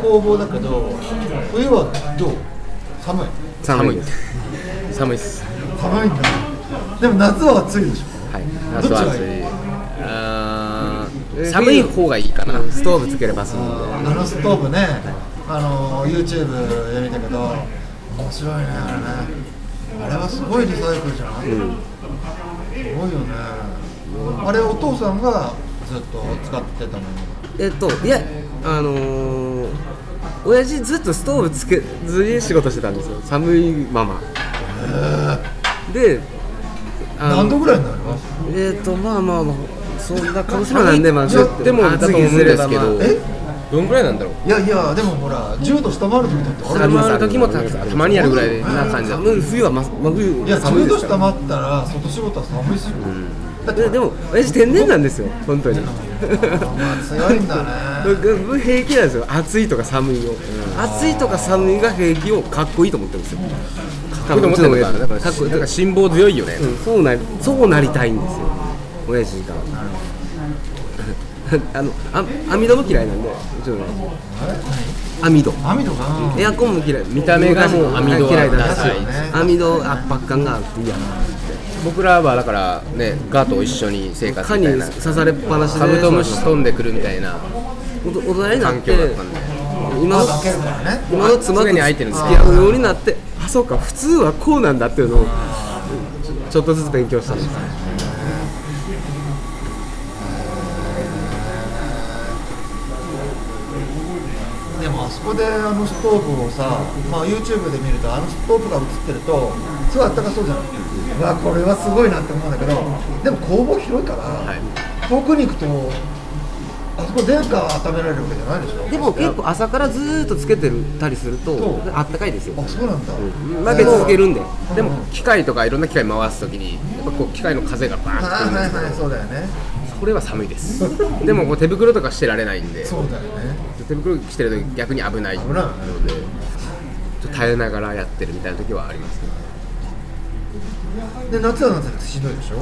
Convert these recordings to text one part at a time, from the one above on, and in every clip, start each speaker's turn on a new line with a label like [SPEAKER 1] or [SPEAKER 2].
[SPEAKER 1] 工房だけど冬はどう寒い
[SPEAKER 2] 寒い寒いっす
[SPEAKER 1] 寒いんだでも夏は暑いでしょ
[SPEAKER 2] はい夏は
[SPEAKER 1] どっち
[SPEAKER 2] 暑
[SPEAKER 1] がい
[SPEAKER 2] いあー寒い方がいいかな
[SPEAKER 3] ストーブつければ済むんで
[SPEAKER 1] あのストーブねあの YouTube で見たけど面白いねあれねあれはすごいリサイクルじゃん、すごいよねあれお父さんがずっと使ってたの
[SPEAKER 3] えっといやあのー、親父ずっとストーブつけずに仕事してたんですよ寒いままであの
[SPEAKER 1] 何度ぐらいになるの
[SPEAKER 3] えっ、とまあまあまあそんな鹿児島なんでまあ
[SPEAKER 2] 言ってもだと思うんですけど
[SPEAKER 1] え
[SPEAKER 2] どんぐらいなんだろう
[SPEAKER 1] いやいやでもほら10度下回る時だってあれ
[SPEAKER 3] あり
[SPEAKER 2] 寒
[SPEAKER 3] ます
[SPEAKER 2] い時もたたまにあるぐらいな感じだ
[SPEAKER 3] 寒い冬はま真冬
[SPEAKER 1] いや
[SPEAKER 3] は寒
[SPEAKER 1] 10
[SPEAKER 3] いで
[SPEAKER 1] 度
[SPEAKER 3] す
[SPEAKER 1] 下
[SPEAKER 3] か
[SPEAKER 1] 回ったら外仕事は寒いし、だ
[SPEAKER 3] ら
[SPEAKER 1] っ
[SPEAKER 3] で
[SPEAKER 1] て
[SPEAKER 3] でも親父天然なんですよ本当に
[SPEAKER 1] まあ強いんだね
[SPEAKER 3] 僕平気なんですよ暑いとか寒いを、暑いとか寒いが平気をかっこいいと思ってるんですよか
[SPEAKER 2] 僕でも思って
[SPEAKER 3] うち
[SPEAKER 2] る
[SPEAKER 3] の
[SPEAKER 2] の
[SPEAKER 3] 親
[SPEAKER 2] が
[SPEAKER 3] 父かっこいい
[SPEAKER 2] なんか辛抱強いよね
[SPEAKER 3] うんそうなりそうなりたいんですよ親父が あのあ網戸も嫌いなんでうちの親父網戸
[SPEAKER 1] 網とか
[SPEAKER 3] エアコンも嫌い見
[SPEAKER 2] た目がもう網戸は
[SPEAKER 3] 嫌いだ
[SPEAKER 2] ダ
[SPEAKER 3] し
[SPEAKER 2] サい
[SPEAKER 3] 網戸圧迫感があって嫌
[SPEAKER 2] 僕らはだからねガと一緒に生活
[SPEAKER 3] 蚊
[SPEAKER 2] み
[SPEAKER 3] に
[SPEAKER 2] たいな
[SPEAKER 3] 刺されっぱなしで
[SPEAKER 2] カブトムシ飛んでくるみたいな
[SPEAKER 3] お大人になっ
[SPEAKER 2] 環
[SPEAKER 3] て
[SPEAKER 2] 境だったんで
[SPEAKER 3] 今の
[SPEAKER 1] 開けるからね
[SPEAKER 3] 今の妻と
[SPEAKER 2] 常に空い
[SPEAKER 3] 付
[SPEAKER 2] てるんです
[SPEAKER 3] き合うようになってあそうか普通はこうなんだっていうのをちょっとずつ勉強したんです
[SPEAKER 1] でもあそこであのストーブをさ、まあ、YouTube で見るとあのストーブが映ってるとすごいあったかそうじゃないわあこれはすごいなって思うんだけどでも工房広いから、遠くに行くとあそこ電化温められるわけじゃないでしょ
[SPEAKER 3] でも結構朝からずーっとつけてるたりすると
[SPEAKER 1] そう
[SPEAKER 3] あったかいですよ
[SPEAKER 1] あそうなんだ、
[SPEAKER 3] 負け続けるんで
[SPEAKER 2] でも機械とかいろんな機械回すときにやっぱこう機械の風がバーンってく
[SPEAKER 1] は
[SPEAKER 2] る
[SPEAKER 1] い
[SPEAKER 2] んで
[SPEAKER 1] はい
[SPEAKER 2] すけど
[SPEAKER 1] はいそうだよね
[SPEAKER 2] これは寒いですでもこう手袋とかしてられないんで
[SPEAKER 1] そうだよね
[SPEAKER 2] 手袋してると逆に危な
[SPEAKER 1] 危ない
[SPEAKER 2] い
[SPEAKER 1] よね
[SPEAKER 2] のでちょっと耐えながらやってるみたいな時はありますね
[SPEAKER 1] で夏は夏でしんどいでしょ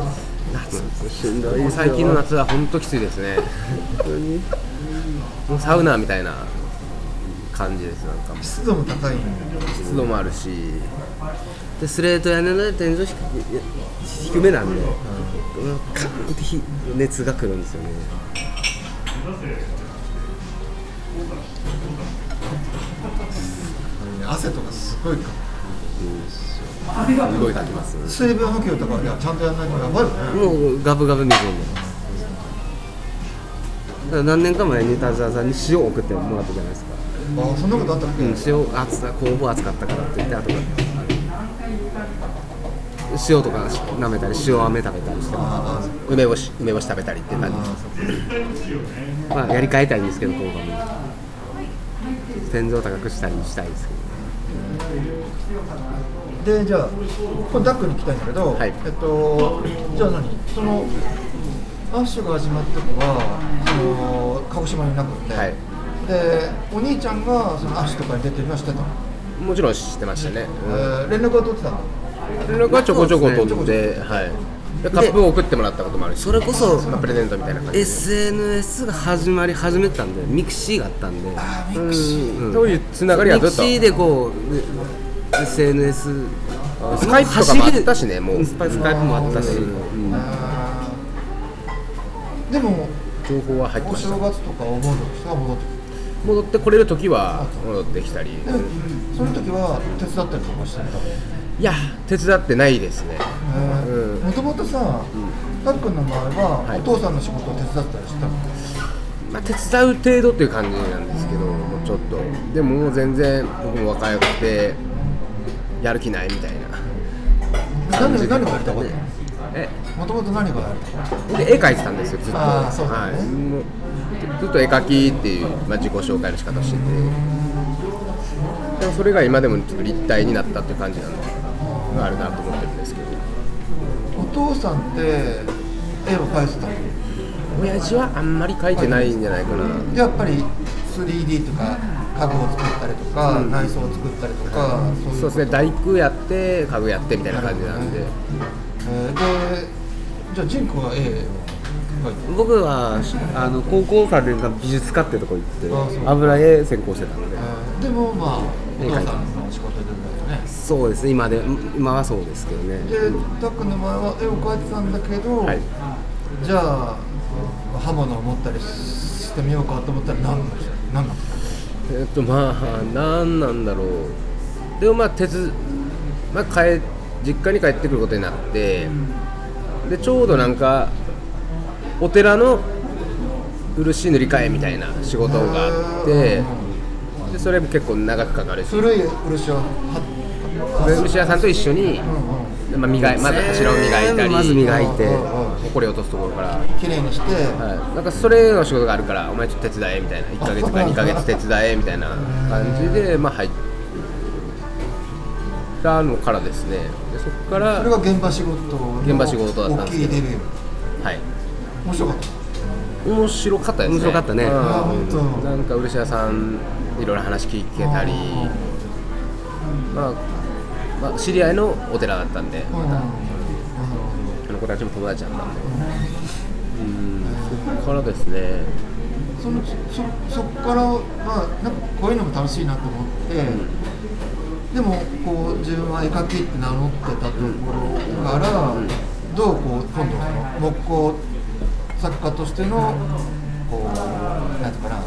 [SPEAKER 3] しんどいですよ
[SPEAKER 2] 最近の夏は本当きついですねもうサウナみたいな感じですなんか
[SPEAKER 1] 湿度も高いんで
[SPEAKER 2] 湿度もあるし
[SPEAKER 3] でスレート屋根の天井低く低めなんで、うん、カーンって火熱が来るんですよね
[SPEAKER 1] 汗とかすごいか
[SPEAKER 2] すごいかきます
[SPEAKER 1] 水分補給とかいやちゃんとやんないとやばいよね
[SPEAKER 3] もうガブガブ水飲んでますだから何年か前に田沢さんに塩を送ってもらったじゃないですか、
[SPEAKER 1] あそんなことあったっけ、
[SPEAKER 3] 塩熱だ工房熱かったからって言ってあと塩とか舐めたり塩飴食べたりしてま
[SPEAKER 1] ああ
[SPEAKER 2] 梅干し梅干し食べたりって感じ
[SPEAKER 1] あ
[SPEAKER 3] す、まあ、やり替えたいんですけど工房も天井高くしたりしたいですけど
[SPEAKER 1] でじゃあこれダックに来たいんだけど、
[SPEAKER 2] はい
[SPEAKER 1] えっとじゃあ何そのアッシュが始まった時はその鹿児島にいなくて、
[SPEAKER 2] はい
[SPEAKER 1] でお兄ちゃんがそのアッシュとかに出てるのは知ってたの、
[SPEAKER 2] もちろん知ってましたね、うん
[SPEAKER 1] えー連絡は取ってたの
[SPEAKER 2] 連絡はちょこちょこ取って、
[SPEAKER 1] そうで
[SPEAKER 2] はい、でカップを送ってもらったこともあるし
[SPEAKER 3] それこそ
[SPEAKER 2] まあプレゼントみたいな感じで
[SPEAKER 3] SNS が始まり始めたんでミクシーがあったんで
[SPEAKER 1] ミクシー
[SPEAKER 3] うん
[SPEAKER 2] そういうつながりはずっ
[SPEAKER 3] ミ
[SPEAKER 2] と
[SPEAKER 3] クシーでこうね SNS
[SPEAKER 2] あスカイプとかもあったしねもう
[SPEAKER 3] スパイスカイプもあったし、うん
[SPEAKER 1] あーでも
[SPEAKER 2] 情報は入って
[SPEAKER 1] お
[SPEAKER 2] まし
[SPEAKER 1] 正
[SPEAKER 2] た
[SPEAKER 1] 月とかお盆とかさ戻って
[SPEAKER 2] 戻ってこれる時は戻ってきたり
[SPEAKER 1] きてその時は手伝ったりとかしてたの
[SPEAKER 2] いや手伝ってないですねうん
[SPEAKER 1] もともとさ、たっくんの場合は、
[SPEAKER 2] はい
[SPEAKER 1] お父さんの仕事を手伝ったりしてたの
[SPEAKER 2] まあ、手伝う程度っていう感じなんですけどもうちょっとでももう全然僕も若くてやる気ないみたいな
[SPEAKER 1] 何が何がやりたかったの
[SPEAKER 2] え
[SPEAKER 1] もともと何がやる
[SPEAKER 2] 僕絵描いてたんですよずっと
[SPEAKER 1] あーそうだ
[SPEAKER 2] は
[SPEAKER 1] ね
[SPEAKER 2] いもうずっと絵描きっていう、まあ、自己紹介の仕方しててでもそれが今でもちょっと立体になったっていう感じなのがあるなと思ってるんですけど
[SPEAKER 1] お父さんって絵を描いてたの
[SPEAKER 2] 親父はあんまり描いてないんじゃないかな
[SPEAKER 1] やっぱり 3D とか家具を作ったりとか、内装を作ったりとかそういう
[SPEAKER 2] そ
[SPEAKER 1] こ
[SPEAKER 2] うで
[SPEAKER 1] と
[SPEAKER 2] すね大工やって家具やってみたいな感じなんで
[SPEAKER 1] えーでじゃあジン君は絵を
[SPEAKER 3] 僕はあの高校3年間美術科ってとこ行
[SPEAKER 1] あ
[SPEAKER 3] っ
[SPEAKER 1] そ
[SPEAKER 3] て
[SPEAKER 1] う
[SPEAKER 3] 油絵専攻してたので
[SPEAKER 1] でもまあお父さんの仕事でね
[SPEAKER 3] そうですね今で今はそうですけどね
[SPEAKER 1] でたっくんの前は絵を描いてたんだけど、
[SPEAKER 3] はい
[SPEAKER 1] じゃあ刃物を持ったりしてみようかと思ったら何なんですか何なんですか
[SPEAKER 2] えっとまあ何なんだろうでもまあ鉄、まあ、帰実家に帰ってくることになってでちょうどなんかお寺の漆塗り替えみたいな仕事があってでそれも結構長くかかるし
[SPEAKER 1] 古い漆をは
[SPEAKER 2] 漆屋さんと一緒に、
[SPEAKER 1] う
[SPEAKER 2] まあ、磨いまず柱を磨い
[SPEAKER 3] 全
[SPEAKER 2] たり
[SPEAKER 3] 部まず磨いて
[SPEAKER 1] うんうんうん
[SPEAKER 2] ほこり落とすところから、は
[SPEAKER 1] 綺麗にして、
[SPEAKER 2] い、なんかそれの仕事があるからお前ちょっと手伝えみたいな1ヶ月か2ヶ月手伝えみたいな感じで、まあ、入ったのからですねでそこから
[SPEAKER 1] それが現場仕事の
[SPEAKER 2] 現場仕事だったんですけ
[SPEAKER 1] 大
[SPEAKER 2] ど
[SPEAKER 1] きいデビュー
[SPEAKER 2] はい
[SPEAKER 1] 面白かった
[SPEAKER 2] 面白かったですね
[SPEAKER 3] 面白かったね
[SPEAKER 2] うん
[SPEAKER 1] あ本当
[SPEAKER 2] なんか漆屋さんいろいろ話聞けたりまあ、まあ、知り合いのお寺だったんで
[SPEAKER 1] うん
[SPEAKER 2] あの子たちも友達だったんでうんそこからですね
[SPEAKER 1] そのそそこから、まあ、なんかこういうのも楽しいなと思って、でもこう自分は絵描きって名乗ってたところから、どうこう今度その木工作家としてのこうなんていうかな、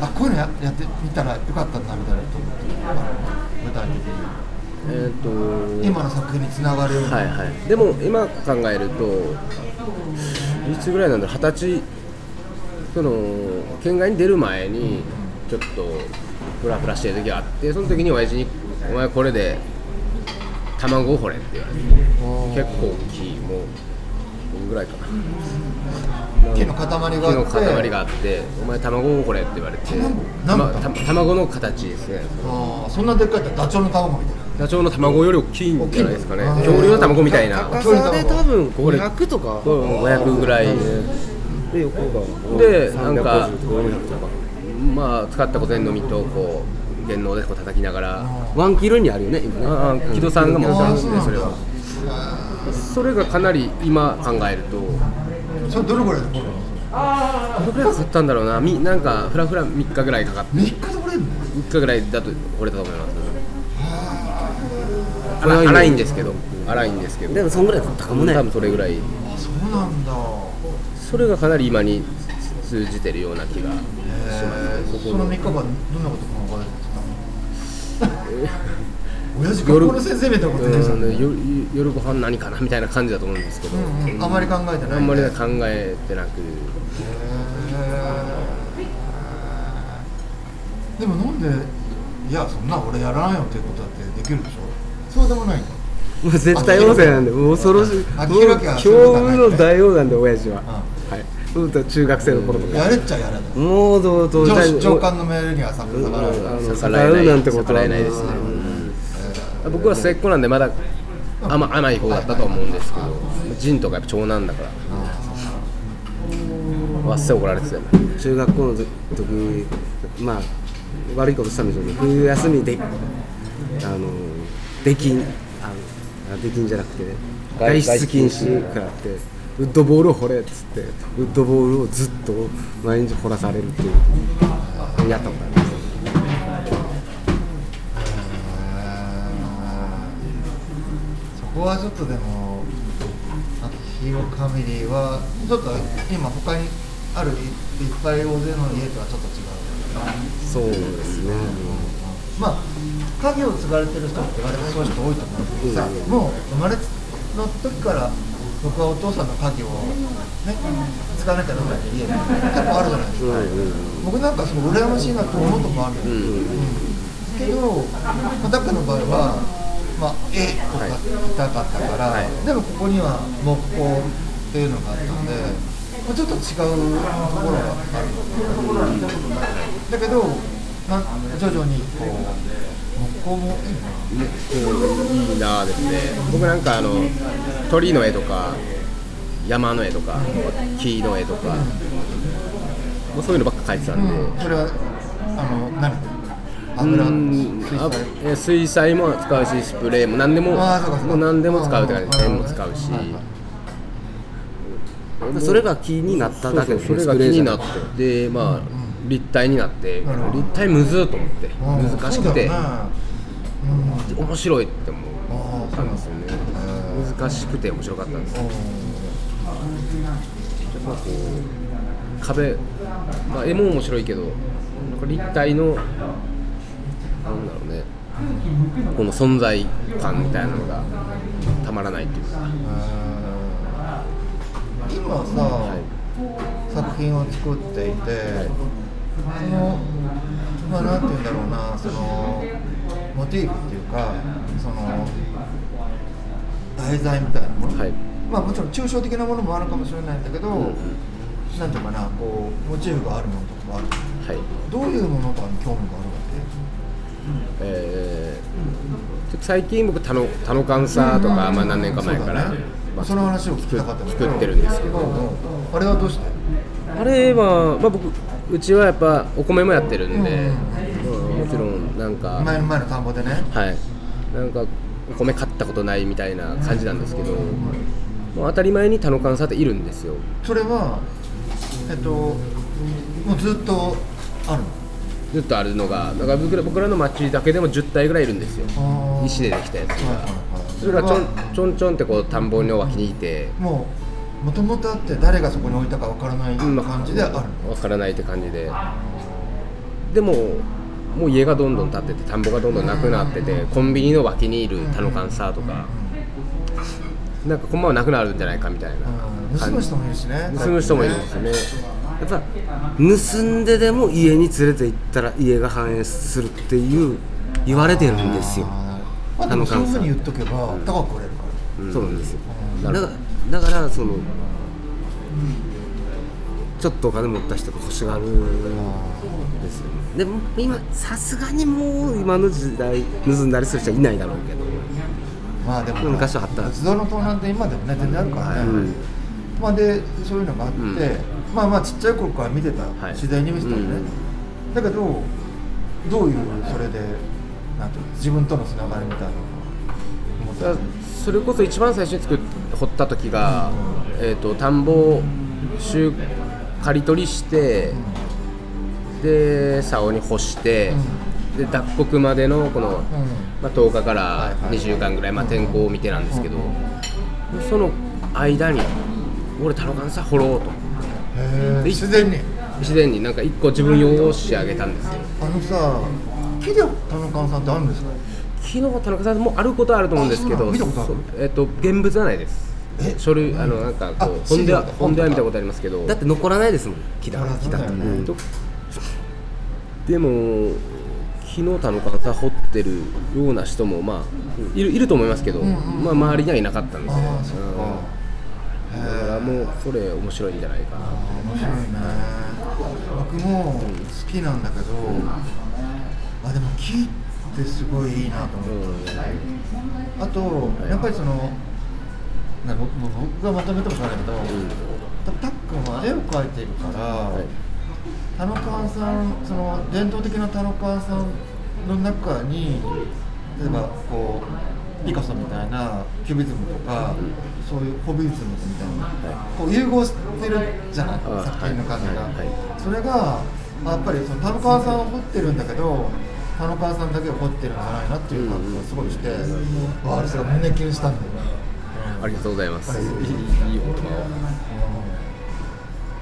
[SPEAKER 1] あこういうのややってみたらよかったんだみたいなと思って舞台に
[SPEAKER 2] えっ、と
[SPEAKER 1] 今の作品につながるような、
[SPEAKER 2] はいはいでも今考えるといつぐらいなんだろう二十歳その県外に出る前にちょっとフラフラしてる時があってその時に親父に「お前これで卵を掘れ」って言われて。
[SPEAKER 1] こう
[SPEAKER 2] 結構大きいもうこんぐらいかな
[SPEAKER 1] 木の塊があって
[SPEAKER 2] 木の塊があって「お前卵をこれ」って言われて
[SPEAKER 1] 卵
[SPEAKER 2] また卵の形ですね
[SPEAKER 1] あーそんなでっかいってダチョウの卵みたいな。
[SPEAKER 2] ダチョウの卵より大きいんじゃないですかね
[SPEAKER 1] 大きいの
[SPEAKER 2] 恐竜の卵みたいな
[SPEAKER 3] 高さで多分500とか
[SPEAKER 2] 500ぐらい
[SPEAKER 3] で横が
[SPEAKER 2] でなんか
[SPEAKER 3] 350と400とか
[SPEAKER 2] まあ使った小銭の実とこう電脳でこう叩きながら
[SPEAKER 3] ワンキロにあるよね今ね
[SPEAKER 2] ああ木戸さんが持ってたんですね
[SPEAKER 1] あーそう
[SPEAKER 2] それ
[SPEAKER 1] なんだ
[SPEAKER 2] はそれがかなり今考えると
[SPEAKER 1] それどれぐらいでこれ
[SPEAKER 2] どれくらいかかったんだろうなみなんかフラフラ3日ぐらいかかって
[SPEAKER 1] 3日で折れるの
[SPEAKER 2] 3日ぐらいだと折れたと思います荒い荒いんですけど荒いんですけど
[SPEAKER 3] でもそんぐらいだったかもね
[SPEAKER 2] 多分それぐらい
[SPEAKER 1] あそうなんだ
[SPEAKER 2] それがかなり今に通じてるような気が
[SPEAKER 1] えー、その3日間どんなこと考えてたの親父
[SPEAKER 2] 夜
[SPEAKER 1] 学校の先生みたいなこと言ってるじゃん、
[SPEAKER 2] うんよ夜ご飯何かなみたいな感じだと思うんですけど、
[SPEAKER 1] うんうん、あまり考えてない
[SPEAKER 2] あんまり
[SPEAKER 1] へ
[SPEAKER 2] 考えてなく
[SPEAKER 1] ーでもなんでいやそんな俺やらないよっていうことだってできるでしょそうでもないんだ
[SPEAKER 3] もう絶対王座なんで、もう恐ろしい。もう
[SPEAKER 1] あ明らかに
[SPEAKER 3] 恐怖の大王なんで、親父は。はい。うんと中学生の頃とか。
[SPEAKER 1] やれっちゃやれない
[SPEAKER 3] もうどうどう
[SPEAKER 1] 上
[SPEAKER 3] 大
[SPEAKER 1] 司長官の命令には逆らわない
[SPEAKER 3] あの
[SPEAKER 2] 逆らえな
[SPEAKER 3] 逆ら
[SPEAKER 2] い
[SPEAKER 3] うなんてことは
[SPEAKER 2] 逆らえないですね、うん僕は末っ子なんでまだ甘甘い方だったと思うんですけど仁とかやっぱ長男だからわっせ怒られてたよね
[SPEAKER 3] 中学校の時、まあ、悪いことしたんでしょうね。冬休みで、あの、出禁、あの、あ出禁じゃなくて、
[SPEAKER 2] 外
[SPEAKER 3] 外出禁止食らって、ウッドボールを掘れっつって、ウッドボールをずっと毎日掘らされるっていう、やったことあります。
[SPEAKER 1] そこはちょっとでも、あヒーローファミリーは、ちょっと今、他にあるいいっぱい大勢の家とはちょっと違う、
[SPEAKER 3] そうですね。
[SPEAKER 1] まあ、家業を継がれてる人って、割とそういう人多いと思うんですけどさ、もう生まれつの時から、僕はお父さんの家業をね、継がなきゃダメな家結構あるじゃないですか。
[SPEAKER 3] はい、うん。
[SPEAKER 1] 僕なんかその羨ましいなと思うとこある、うんけどタックの場合は、まあ、絵とか痛かったから、でもここには木工っていうのがあったんで、まあ、ちょっと違うところがある、だけどなん徐々にこう木工もいいな
[SPEAKER 2] うんいいなあですね僕なんかあの鳥の絵とか山の絵とか木の絵とか、もうそういうのばっか描いてたんで、
[SPEAKER 1] うん、それはあの何油
[SPEAKER 2] うん
[SPEAKER 1] 水
[SPEAKER 2] あ
[SPEAKER 1] 彩
[SPEAKER 2] え水彩も使うしスプレーも何でも
[SPEAKER 1] あーそうかそうか
[SPEAKER 2] もう何でも使うって感じ
[SPEAKER 1] うん
[SPEAKER 2] ペンも使うし
[SPEAKER 1] はいはい
[SPEAKER 2] もう
[SPEAKER 3] それが気になっただけ
[SPEAKER 2] そ
[SPEAKER 3] で
[SPEAKER 2] うそうそれが気になってでまあ立体になってみたい
[SPEAKER 1] な
[SPEAKER 2] な
[SPEAKER 1] るほど
[SPEAKER 2] 立体むずーと思っ
[SPEAKER 1] う
[SPEAKER 2] て
[SPEAKER 1] ん
[SPEAKER 2] 難しくて
[SPEAKER 1] そうだよね
[SPEAKER 2] 面白いって思
[SPEAKER 1] うんああ
[SPEAKER 2] ったんですよね難しくて面白かったんですよまあこう壁、まあ、絵も面白いけどなんか立体のなんだろうねこの存在感みたいなのがたまらないっていうか、
[SPEAKER 1] うん今さ、
[SPEAKER 2] はい、
[SPEAKER 1] 作品を作っていて、そのまあなんて言うんだろうなそのモチーフっていうかその題材みたいなもの、
[SPEAKER 2] はい
[SPEAKER 1] まあもちろん抽象的なものもあるかもしれないんだけど、なんていうかなこうモチーフがあるものとかもある
[SPEAKER 2] はい
[SPEAKER 1] どういうものとかに興味があるわけ
[SPEAKER 2] えー最近僕タノタノカンサーとか、まあ、何年か前
[SPEAKER 1] そう
[SPEAKER 2] か
[SPEAKER 1] だ
[SPEAKER 2] ら、
[SPEAKER 1] ね
[SPEAKER 2] まあ
[SPEAKER 1] その話を聞きたかったんだけど
[SPEAKER 2] 作ってるんですけど
[SPEAKER 1] うんうんあれはどうして
[SPEAKER 2] あれは、まあ、僕うちはやっぱお米もやってるんで、
[SPEAKER 1] う
[SPEAKER 2] うんもちろんなんか、
[SPEAKER 1] 前の前の田んぼでね
[SPEAKER 2] はい、なんかお米買ったことないみたいな感じなんですけど、もう当たり前にタノカンサーっているんですよ
[SPEAKER 1] それはえっともうずっとあるの
[SPEAKER 2] ずっとあるのがだから僕ら僕らの町だけでも10体ぐらいいるんですよ
[SPEAKER 1] あー
[SPEAKER 2] 石でできたやつ
[SPEAKER 1] はいはい
[SPEAKER 2] が
[SPEAKER 1] はい
[SPEAKER 2] それがちょ
[SPEAKER 1] それは
[SPEAKER 2] んちょんちょんってこう田んぼの脇にいて、
[SPEAKER 1] もうもともとあって誰がそこに置いたかわからない
[SPEAKER 2] うん
[SPEAKER 1] 感じであるの、
[SPEAKER 2] わからないって感じででももう家がどんどん建ってて田んぼがどんどんなくなっててコンビニの脇にいるタノカンサーとかなんかこんばんはなくなるんじゃないかみたい
[SPEAKER 1] うん
[SPEAKER 2] な
[SPEAKER 1] 盗む
[SPEAKER 2] 感じ
[SPEAKER 1] 人もいるしね
[SPEAKER 2] 盗む人もいるんですよね
[SPEAKER 3] やっぱ盗んででも家に連れて行ったら家が反映するっていう言われてるんですよ、
[SPEAKER 1] あーまあでもそういうふうに言っとけば高く売れるから
[SPEAKER 3] そうなんですよ
[SPEAKER 2] な
[SPEAKER 3] だか
[SPEAKER 2] るほ
[SPEAKER 3] らだからそのちょっとお金持った人が欲しがるんですよねでも今さすがにもう今の時代盗んだりする人はいないだろうけど
[SPEAKER 1] まあでも
[SPEAKER 3] 昔はあった
[SPEAKER 1] 仏像の盗難って今でもね全然あるからね、
[SPEAKER 3] うん
[SPEAKER 1] まあでそういうのがあって、まあまあちっちゃい頃から見てた、
[SPEAKER 2] い
[SPEAKER 1] 自然に見てたのね、だけどどういうそれでなんていうの自分とのつながりみたいなのを思った
[SPEAKER 2] だからそれこそ一番最初に作っ掘った時が、えー、と田んぼを収刈り取りしてで竿に干してで脱穀までのこの、まあ、10日から2週間ぐらい、まあ、天候を見てなんですけどその間に俺タロカンさ掘ろう
[SPEAKER 1] う
[SPEAKER 2] と
[SPEAKER 1] んへー自然に
[SPEAKER 2] 自然になんか1個自分用を仕上げたんですよ
[SPEAKER 1] あのさ木で田中さんってあるんですか
[SPEAKER 2] 昨日田中さんもあることはあると思うんですけど
[SPEAKER 1] あそうなの見たことある
[SPEAKER 2] そうえっと現物はないです
[SPEAKER 1] え
[SPEAKER 2] 書類あのなんかこ
[SPEAKER 1] あ
[SPEAKER 2] う本で
[SPEAKER 1] 資料
[SPEAKER 2] は
[SPEAKER 1] とか
[SPEAKER 2] 本では見たことありますけど
[SPEAKER 3] だって残らないですもん木だ木だ
[SPEAKER 1] そうだよね
[SPEAKER 3] うん
[SPEAKER 2] とでも昨日田の方掘ってるような人もまあいるいると思いますけど、まあ、周りにはいなかったんで
[SPEAKER 1] ああそっ
[SPEAKER 2] うん
[SPEAKER 1] かへ
[SPEAKER 2] だ
[SPEAKER 1] ー
[SPEAKER 2] からもうこれ面白いんじゃないかな
[SPEAKER 1] 面白いね僕も好きなんだけど、あでも木ってすごいいいなと
[SPEAKER 2] う
[SPEAKER 1] 思っ
[SPEAKER 2] ん
[SPEAKER 1] た、あとやっぱりそのな僕も僕がまとめてもらえると、たたっくんは絵を描いているから、
[SPEAKER 2] はい
[SPEAKER 1] 田中さんその伝統的な田中さんの中に例えばこうピカソみたいなキュビズムとか、そういうホビズムみたいな、こう融合してるじゃない
[SPEAKER 2] あ
[SPEAKER 1] 作品の感じが、
[SPEAKER 2] はいはい
[SPEAKER 1] それがまあやっぱりその田中さんを掘ってるんだけど田中さんだけを掘ってるんじゃないなっていう感じがすごいして、わああれすごい胸キュンしたんだよね。
[SPEAKER 2] ありがとうございますいいいいお言葉を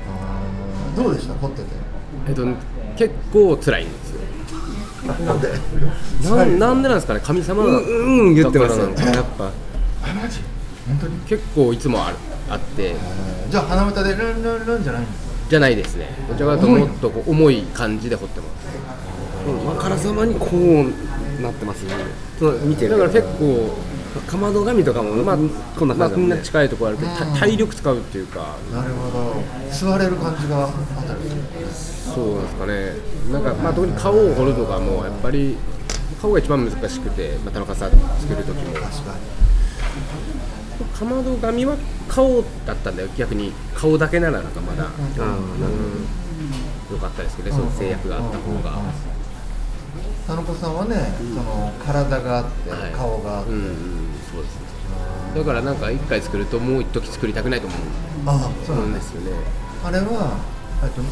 [SPEAKER 1] あーどうでした掘ってて
[SPEAKER 2] えっと結構辛いんですよ
[SPEAKER 1] なんで
[SPEAKER 2] なんなんでなんですかね神様
[SPEAKER 3] う
[SPEAKER 2] だ
[SPEAKER 3] んうん言ってますよ
[SPEAKER 2] だ
[SPEAKER 3] ね
[SPEAKER 2] からなのか
[SPEAKER 3] やっぱ
[SPEAKER 1] あマジ本当に
[SPEAKER 2] 結構いつもあるあって
[SPEAKER 1] じゃあ鼻歌でルンルンルンじゃないんですか
[SPEAKER 2] じゃないですねどちらかというともっとこう重い感じで掘ってます
[SPEAKER 3] うんあからさまにこうなってますねと見て
[SPEAKER 2] だ
[SPEAKER 3] る
[SPEAKER 2] から結構、
[SPEAKER 3] かまど神とかもま
[SPEAKER 2] ま
[SPEAKER 3] あ
[SPEAKER 2] あ、
[SPEAKER 3] こんな
[SPEAKER 2] まあ
[SPEAKER 3] 感じ
[SPEAKER 2] みん
[SPEAKER 3] だ
[SPEAKER 2] な
[SPEAKER 3] もんね
[SPEAKER 2] 近いところあるけど、た体力使うっていうか、
[SPEAKER 1] なるほど座れる感じがあたる
[SPEAKER 2] そうなんですかね、なんか、まあ、特に顔を彫るとかも、やっぱり、顔が一番難しくて、まあ、田中さん作る時も、
[SPEAKER 1] 確か
[SPEAKER 2] かまど紙は顔だったんだよ、逆に、顔だけならなんかまだ、
[SPEAKER 3] あーなるほど
[SPEAKER 2] 良かったですけどね、その制約があった方が。
[SPEAKER 1] に田中さんはね、その体があって、
[SPEAKER 2] はい
[SPEAKER 1] 顔があって、
[SPEAKER 2] うん、うんそうですね。
[SPEAKER 1] あ
[SPEAKER 3] だからなんか一回作るともう一時作りたくないと思う
[SPEAKER 1] ああそう
[SPEAKER 3] 思
[SPEAKER 1] な
[SPEAKER 3] うんん
[SPEAKER 1] で
[SPEAKER 3] ですすよね
[SPEAKER 1] あれはえっと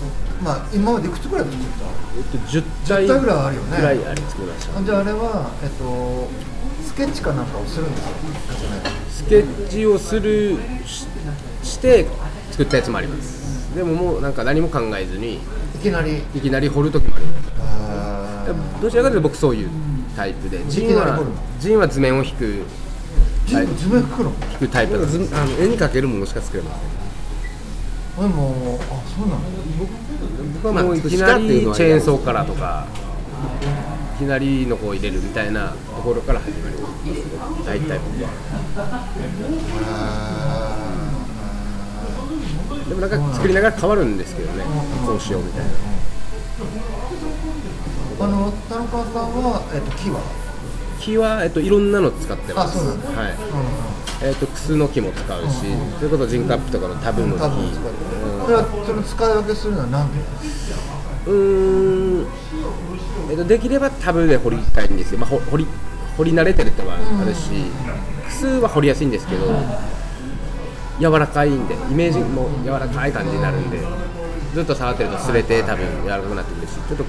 [SPEAKER 1] まあ今までいくつぐらい作っ
[SPEAKER 3] えっと10体
[SPEAKER 1] 10体ぐらいあるよね
[SPEAKER 3] ぐらいあれ作りました
[SPEAKER 1] たじゃああれはえっとスケッチかなんかをするんですよ
[SPEAKER 3] スケッチをするしして作ったやつもありますでももうなんか何も考えずに
[SPEAKER 1] いきなり
[SPEAKER 3] いきなり掘る時もあります
[SPEAKER 1] あー
[SPEAKER 3] どちらかというと僕そういうタイプでジン
[SPEAKER 1] いきなり
[SPEAKER 3] は
[SPEAKER 1] 掘るの
[SPEAKER 3] ジンは図面を引く
[SPEAKER 1] 全部図面描くの
[SPEAKER 3] 引くタイプなんです
[SPEAKER 2] ずあの絵に描けるものしか作れません
[SPEAKER 1] でもあそうなの
[SPEAKER 3] 僕はもういきなりチェーンソーからとかいきなりのこう入れるみたいなところから始まります大体僕はでもなんか作りながら変わるんですけどねこうしようみたいな
[SPEAKER 1] あの田中さんは、えっと、木は
[SPEAKER 3] 木は、えっと、いろんなの使ってます
[SPEAKER 1] あそうなんだ
[SPEAKER 3] はい
[SPEAKER 1] うん
[SPEAKER 3] えっと、クスの木も使うしそれこそジンカップとかのタブの木
[SPEAKER 1] 多分使ってそれはそれ使い分けするのは何で
[SPEAKER 3] うーん、えっと、できればタブで掘りたいんですよ、まあ、ほ掘り掘り慣れてるってのはあるし、複数は掘りやすいんですけど、柔らかいんで、イメージも柔らかい感じになるんで、ずっと触ってると擦れて、多分柔らかくなってくるし、ちょっと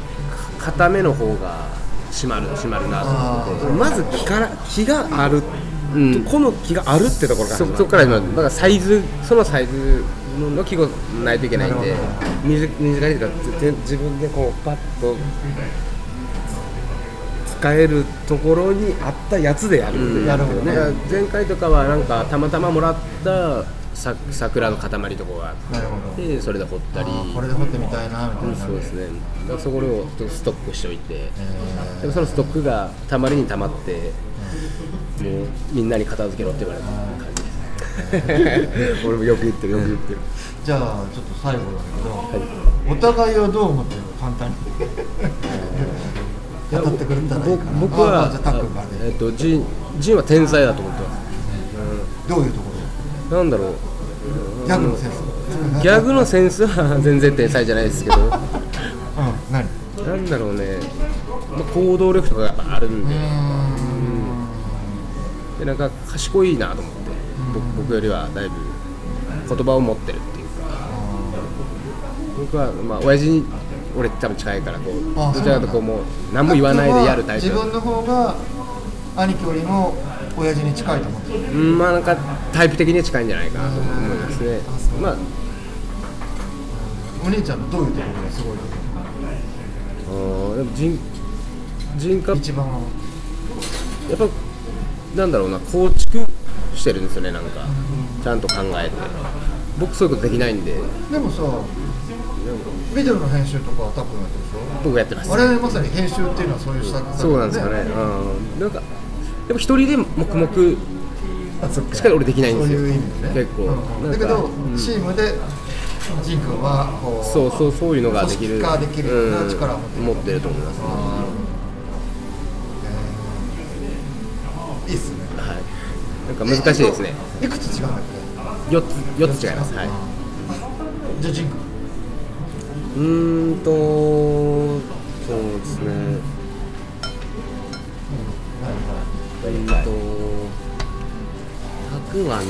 [SPEAKER 3] 硬めの方が締まる締まるなと思ってて。
[SPEAKER 2] まず木から木がある、
[SPEAKER 3] うん
[SPEAKER 2] この木があるってところから始
[SPEAKER 3] そ
[SPEAKER 2] まる
[SPEAKER 3] そこから今だからサイズそのサイズの記号ないといけないんで
[SPEAKER 2] 短短いというかぜ自分でこうパッと使えるところにあったやつでやるっていう
[SPEAKER 1] やるもん
[SPEAKER 3] ね
[SPEAKER 1] ね
[SPEAKER 3] 前回とかはなんかたまたまもらったさ桜の塊とかがあ
[SPEAKER 1] なるほ
[SPEAKER 3] っ
[SPEAKER 1] ど
[SPEAKER 3] てそれで掘ったり
[SPEAKER 1] あーこれで掘ってみたいなみたいな
[SPEAKER 3] そうですねだからそこをちょっとストックしておいて
[SPEAKER 1] え
[SPEAKER 3] でもそのストックがたまりにたまってもうみんなに片付けろって言われた感じです
[SPEAKER 2] 俺もよく言ってるよく言ってる
[SPEAKER 1] ーじゃあちょっと最後だけど、お互いはどう思ってるの簡単 に語ってくれたらいいかな
[SPEAKER 3] 僕僕
[SPEAKER 1] あ
[SPEAKER 3] は
[SPEAKER 1] じゃあタックンからで、
[SPEAKER 3] えっとジンジンは天才だと思ってます
[SPEAKER 1] どういうとこ
[SPEAKER 3] なんだろう
[SPEAKER 1] ろギャグのセンス
[SPEAKER 3] ギャグのセンスは全然天才じゃないですけど
[SPEAKER 1] うん何
[SPEAKER 3] なんだろうね、まあ、行動力とかがやっぱあるんででなんか賢いなと思って僕僕よりはだいぶ言葉を持ってるっていうか僕はまあ親父に俺多分近いからこう
[SPEAKER 1] あ
[SPEAKER 3] どちらかという
[SPEAKER 1] そ
[SPEAKER 3] とこ
[SPEAKER 1] う
[SPEAKER 3] うもう何も言わないでやるタイプ
[SPEAKER 1] 自分の方が兄貴よりも親父に近いと思ってる
[SPEAKER 3] うんまあなんかタイプ的には近いんじゃないかなと思いますねまあ
[SPEAKER 1] お兄ちゃんのどういうところがすごいと思
[SPEAKER 3] うんでも人人
[SPEAKER 1] う
[SPEAKER 3] 格
[SPEAKER 1] 一番
[SPEAKER 3] やっぱなんだろうな構築してるんですよねなんかちゃんと考えて僕そういうことできないんで
[SPEAKER 1] でもさビデオの編集とかはタックンやってるでしょ
[SPEAKER 3] 僕やってます
[SPEAKER 1] 我々まさに編集っていうのはそういう作業
[SPEAKER 3] そうなんですよねうんなんかでも一人で黙々
[SPEAKER 1] あそっか
[SPEAKER 3] しっかり俺できないんですよ
[SPEAKER 1] そういう意味でね
[SPEAKER 3] 結構
[SPEAKER 1] うん
[SPEAKER 3] な
[SPEAKER 1] だ
[SPEAKER 3] んか
[SPEAKER 1] けど、
[SPEAKER 3] うん
[SPEAKER 1] チームでジン君はこう
[SPEAKER 3] そうそうそういうのができる
[SPEAKER 1] 組織化できるような力を持ってる
[SPEAKER 3] 持ってると思いますね
[SPEAKER 1] あーえーいいっすね
[SPEAKER 3] はいなんか難しいですね
[SPEAKER 1] いくつ違うんだっ
[SPEAKER 3] 4つ四つ違いますはい
[SPEAKER 1] けじゃあジン君
[SPEAKER 2] うーんとそうですねうーんと100はね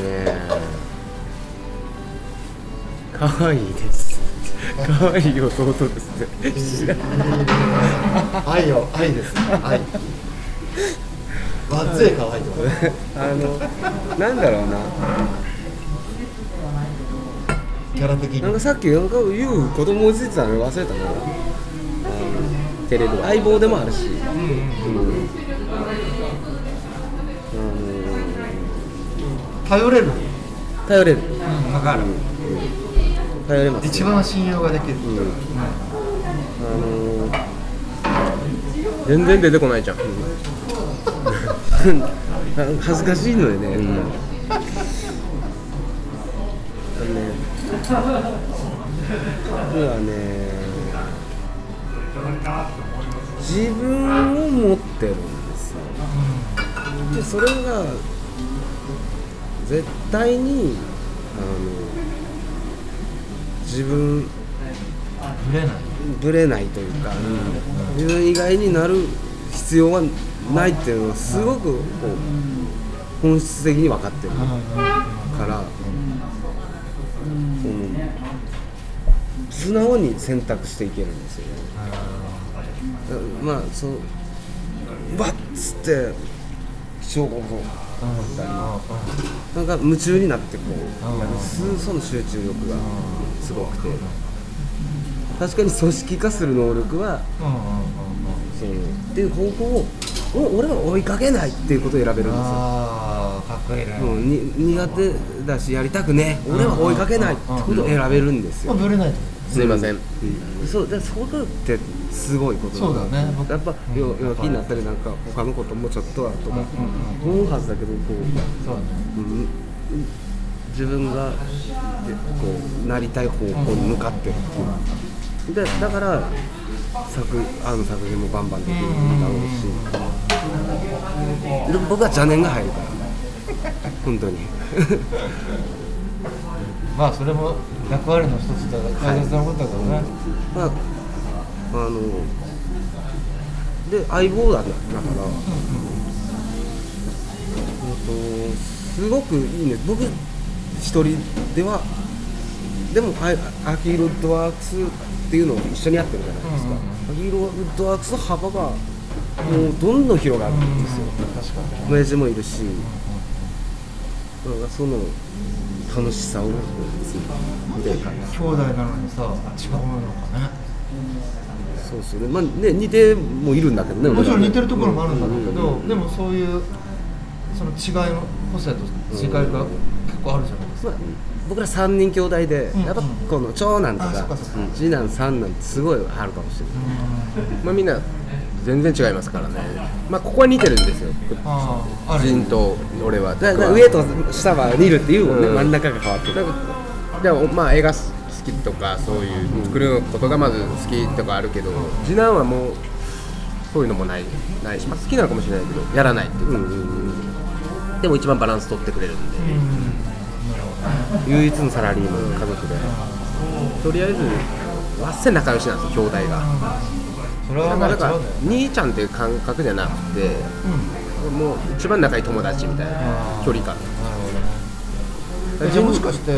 [SPEAKER 2] 可愛いです可愛い弟ですね
[SPEAKER 1] 愛よ愛ですね愛バッツェ可愛いってこと
[SPEAKER 2] あのなんだろうな
[SPEAKER 1] キャラ的に
[SPEAKER 2] なんかさっきなんか言う子供ついてたの忘れたな
[SPEAKER 3] テレドラ
[SPEAKER 2] 相棒でもあるしうん
[SPEAKER 1] 頼れる
[SPEAKER 2] 頼れる
[SPEAKER 1] わかる
[SPEAKER 2] 頼れます
[SPEAKER 1] 一番信用ができる
[SPEAKER 2] あのー
[SPEAKER 3] 全然出てこないじゃん
[SPEAKER 2] なんか 恥ずかしいのよね、あのね僕はね自分を持ってるんですよでそれが絶対にあの自分
[SPEAKER 1] ぶれない
[SPEAKER 2] ぶれないというか、自分以外になる必要はないっていうのをすごくこう
[SPEAKER 3] 本質的に分かってる
[SPEAKER 1] は
[SPEAKER 3] から、うん素直に選択していけるんですよねだまあそううわっつって証拠
[SPEAKER 1] いはい
[SPEAKER 3] なんか夢中になってこ
[SPEAKER 1] うん
[SPEAKER 3] うやるすその集中力がすごくて確かに組織化する能力は
[SPEAKER 1] うんうんうんうん
[SPEAKER 3] そのっていう方法をお俺は追いかけないっていうことを選べるんですよ
[SPEAKER 1] ああかっこいいね、
[SPEAKER 3] もうに苦手だしやりたくねえ俺は追いかけないってことを選べるんです
[SPEAKER 1] まあ
[SPEAKER 3] よ、
[SPEAKER 1] ぶれない
[SPEAKER 2] すいません、
[SPEAKER 3] そうだからそこってすごいこと
[SPEAKER 1] そうだよね僕
[SPEAKER 3] やっぱ病病気になったりなんか他のこともちょっとはとか思うはずだけどこう、
[SPEAKER 1] そうだね
[SPEAKER 3] うん、自分がでこうなりたい方向に向かってるっていうでだから作あの作品もバンバンできるんだろうしで僕は邪念が入るから本当に。
[SPEAKER 1] まあそれも役割の一つだから大切なことだからね、
[SPEAKER 3] まあ、あので相棒だだから、えっとすごくいいね僕一人ではでもあアキーロウッドワークスっていうのを一緒にやってるじゃないですか、
[SPEAKER 1] うんうん
[SPEAKER 3] アキーロウッドワークスの幅がもうどんどん広がるんですよ、
[SPEAKER 1] 確かに
[SPEAKER 3] 親父もいるし、なんかその楽しさを見てる感じ
[SPEAKER 1] 兄弟なのにさ違うのかね
[SPEAKER 3] そうですよね。まあね似てもいるんだけどね。
[SPEAKER 1] もちろん似てる
[SPEAKER 3] 俺ら
[SPEAKER 1] と
[SPEAKER 3] ね
[SPEAKER 1] ころもあるんだろうけ
[SPEAKER 3] うん
[SPEAKER 1] ど、でもそういうその違いの個性と違いが結構あるじゃないですか、
[SPEAKER 3] まあ僕ら三人兄弟で、
[SPEAKER 1] うん
[SPEAKER 3] やっぱこの長男と
[SPEAKER 1] あそっ
[SPEAKER 3] か
[SPEAKER 1] かそっか
[SPEAKER 3] うん次男三男ってすごいあるかもしれない。
[SPEAKER 2] まあ、みんな全然違いますからね、まあ、ここは似てるんですよ、
[SPEAKER 1] ああある
[SPEAKER 2] 人と俺は。
[SPEAKER 3] だ
[SPEAKER 2] だ
[SPEAKER 3] か
[SPEAKER 2] からら
[SPEAKER 3] 上と下は似るっていうもんね。
[SPEAKER 2] うん
[SPEAKER 3] 真ん中が変わってる。
[SPEAKER 2] でもまあ映画好きとかそういう作ることがまず好きとかあるけど次男はもうそういうのもないないし、まあ、好きなのかもしれないけどやらないっていうか、でも一番バランス取ってくれるんで
[SPEAKER 3] 唯一のサラリーマン家族で。
[SPEAKER 2] とりあえずわっせ仲良しなんですよ兄弟が
[SPEAKER 1] それは
[SPEAKER 2] だ
[SPEAKER 1] ま
[SPEAKER 2] か
[SPEAKER 1] あ違
[SPEAKER 2] ら
[SPEAKER 1] うんだよ
[SPEAKER 2] 兄ちゃんっていう感覚じゃなくてもう一番仲いい友達みたいな距離
[SPEAKER 1] な
[SPEAKER 2] 感
[SPEAKER 1] るほどねじゃあもしかして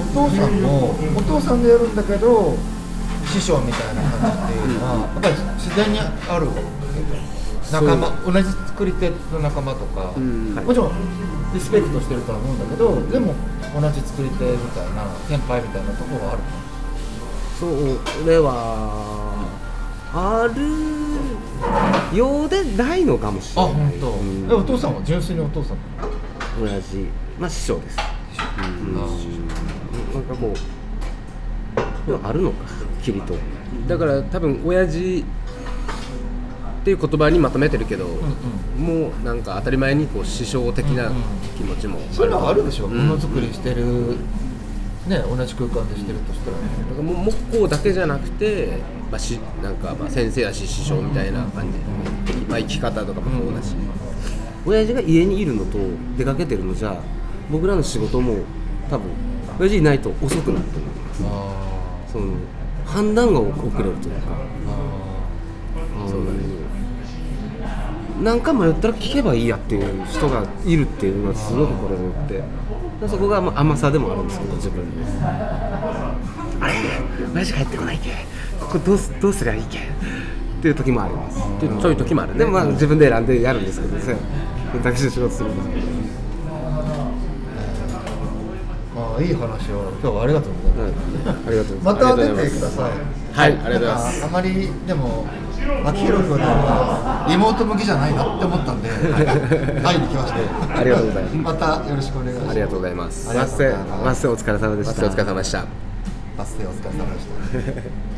[SPEAKER 1] お父さんもお父さんでやるんだけど師匠みたいな感じっていうのはやっぱり自然にある仲間同じ作り手の仲間とか、
[SPEAKER 2] ん
[SPEAKER 1] もちろんリスペクトしてるとは思うんだけどでも同じ作り手みたいな先輩みたいなところはある
[SPEAKER 3] そう俺はあるようでないのかもしれ
[SPEAKER 1] あ
[SPEAKER 3] ない。
[SPEAKER 1] 本当、
[SPEAKER 3] うん
[SPEAKER 1] えお父さんは純粋にお父さん
[SPEAKER 3] 親父まあ師匠ですうんなんかもうまああるのかきりと
[SPEAKER 2] だから多分親父っていう言葉にまとめてるけど、もうなんか当たり前にこう師匠的な気持ちも
[SPEAKER 1] そういうのはあるでしょ
[SPEAKER 2] う
[SPEAKER 1] も
[SPEAKER 2] ん
[SPEAKER 1] のづくりしてる、ね同じ空間でしてるとしたら、ね
[SPEAKER 2] なんかもう木工だけじゃなくて、まあ、しなんかまあ先生やし師匠みたいな感じ、まあ、生き方とかもそうだし、
[SPEAKER 3] 親父が家にいるのと出かけてるのじゃ僕らの仕事も多分親父いないと遅くなると思います
[SPEAKER 1] あ
[SPEAKER 3] その判断が遅れるというか
[SPEAKER 1] ーあ
[SPEAKER 3] そうだね何回迷ったら聞けばいいやっていう人がいるっていうのはすごくこれによってだからそこがまあ甘さでもあるんですけど自分であれ親父帰ってこないけここどうすどうすりゃいいけっていう時もあります
[SPEAKER 2] っていうそういう時もあるね
[SPEAKER 3] でもまあ自分で選んでやるんですけどね私の仕事するんですけど
[SPEAKER 1] ーあーいい話を今日はありがとうございます、
[SPEAKER 3] ありがとうございます
[SPEAKER 1] また出てください。
[SPEAKER 2] はいありがとうございます
[SPEAKER 1] なんかあまりでも秋広君のはリモート向きじゃないなって思ったん で、会いに来ました。
[SPEAKER 3] ありがとうございま す
[SPEAKER 1] またよろしくお願いします。
[SPEAKER 2] ありがとうございます
[SPEAKER 1] あ
[SPEAKER 2] お
[SPEAKER 1] り
[SPEAKER 2] 疲
[SPEAKER 1] が
[SPEAKER 3] マ
[SPEAKER 1] と
[SPEAKER 3] ッ
[SPEAKER 1] うござい
[SPEAKER 3] セ
[SPEAKER 1] ます
[SPEAKER 3] マッセお疲れ様でした
[SPEAKER 2] れ様でした
[SPEAKER 1] バスでお疲れ様でした。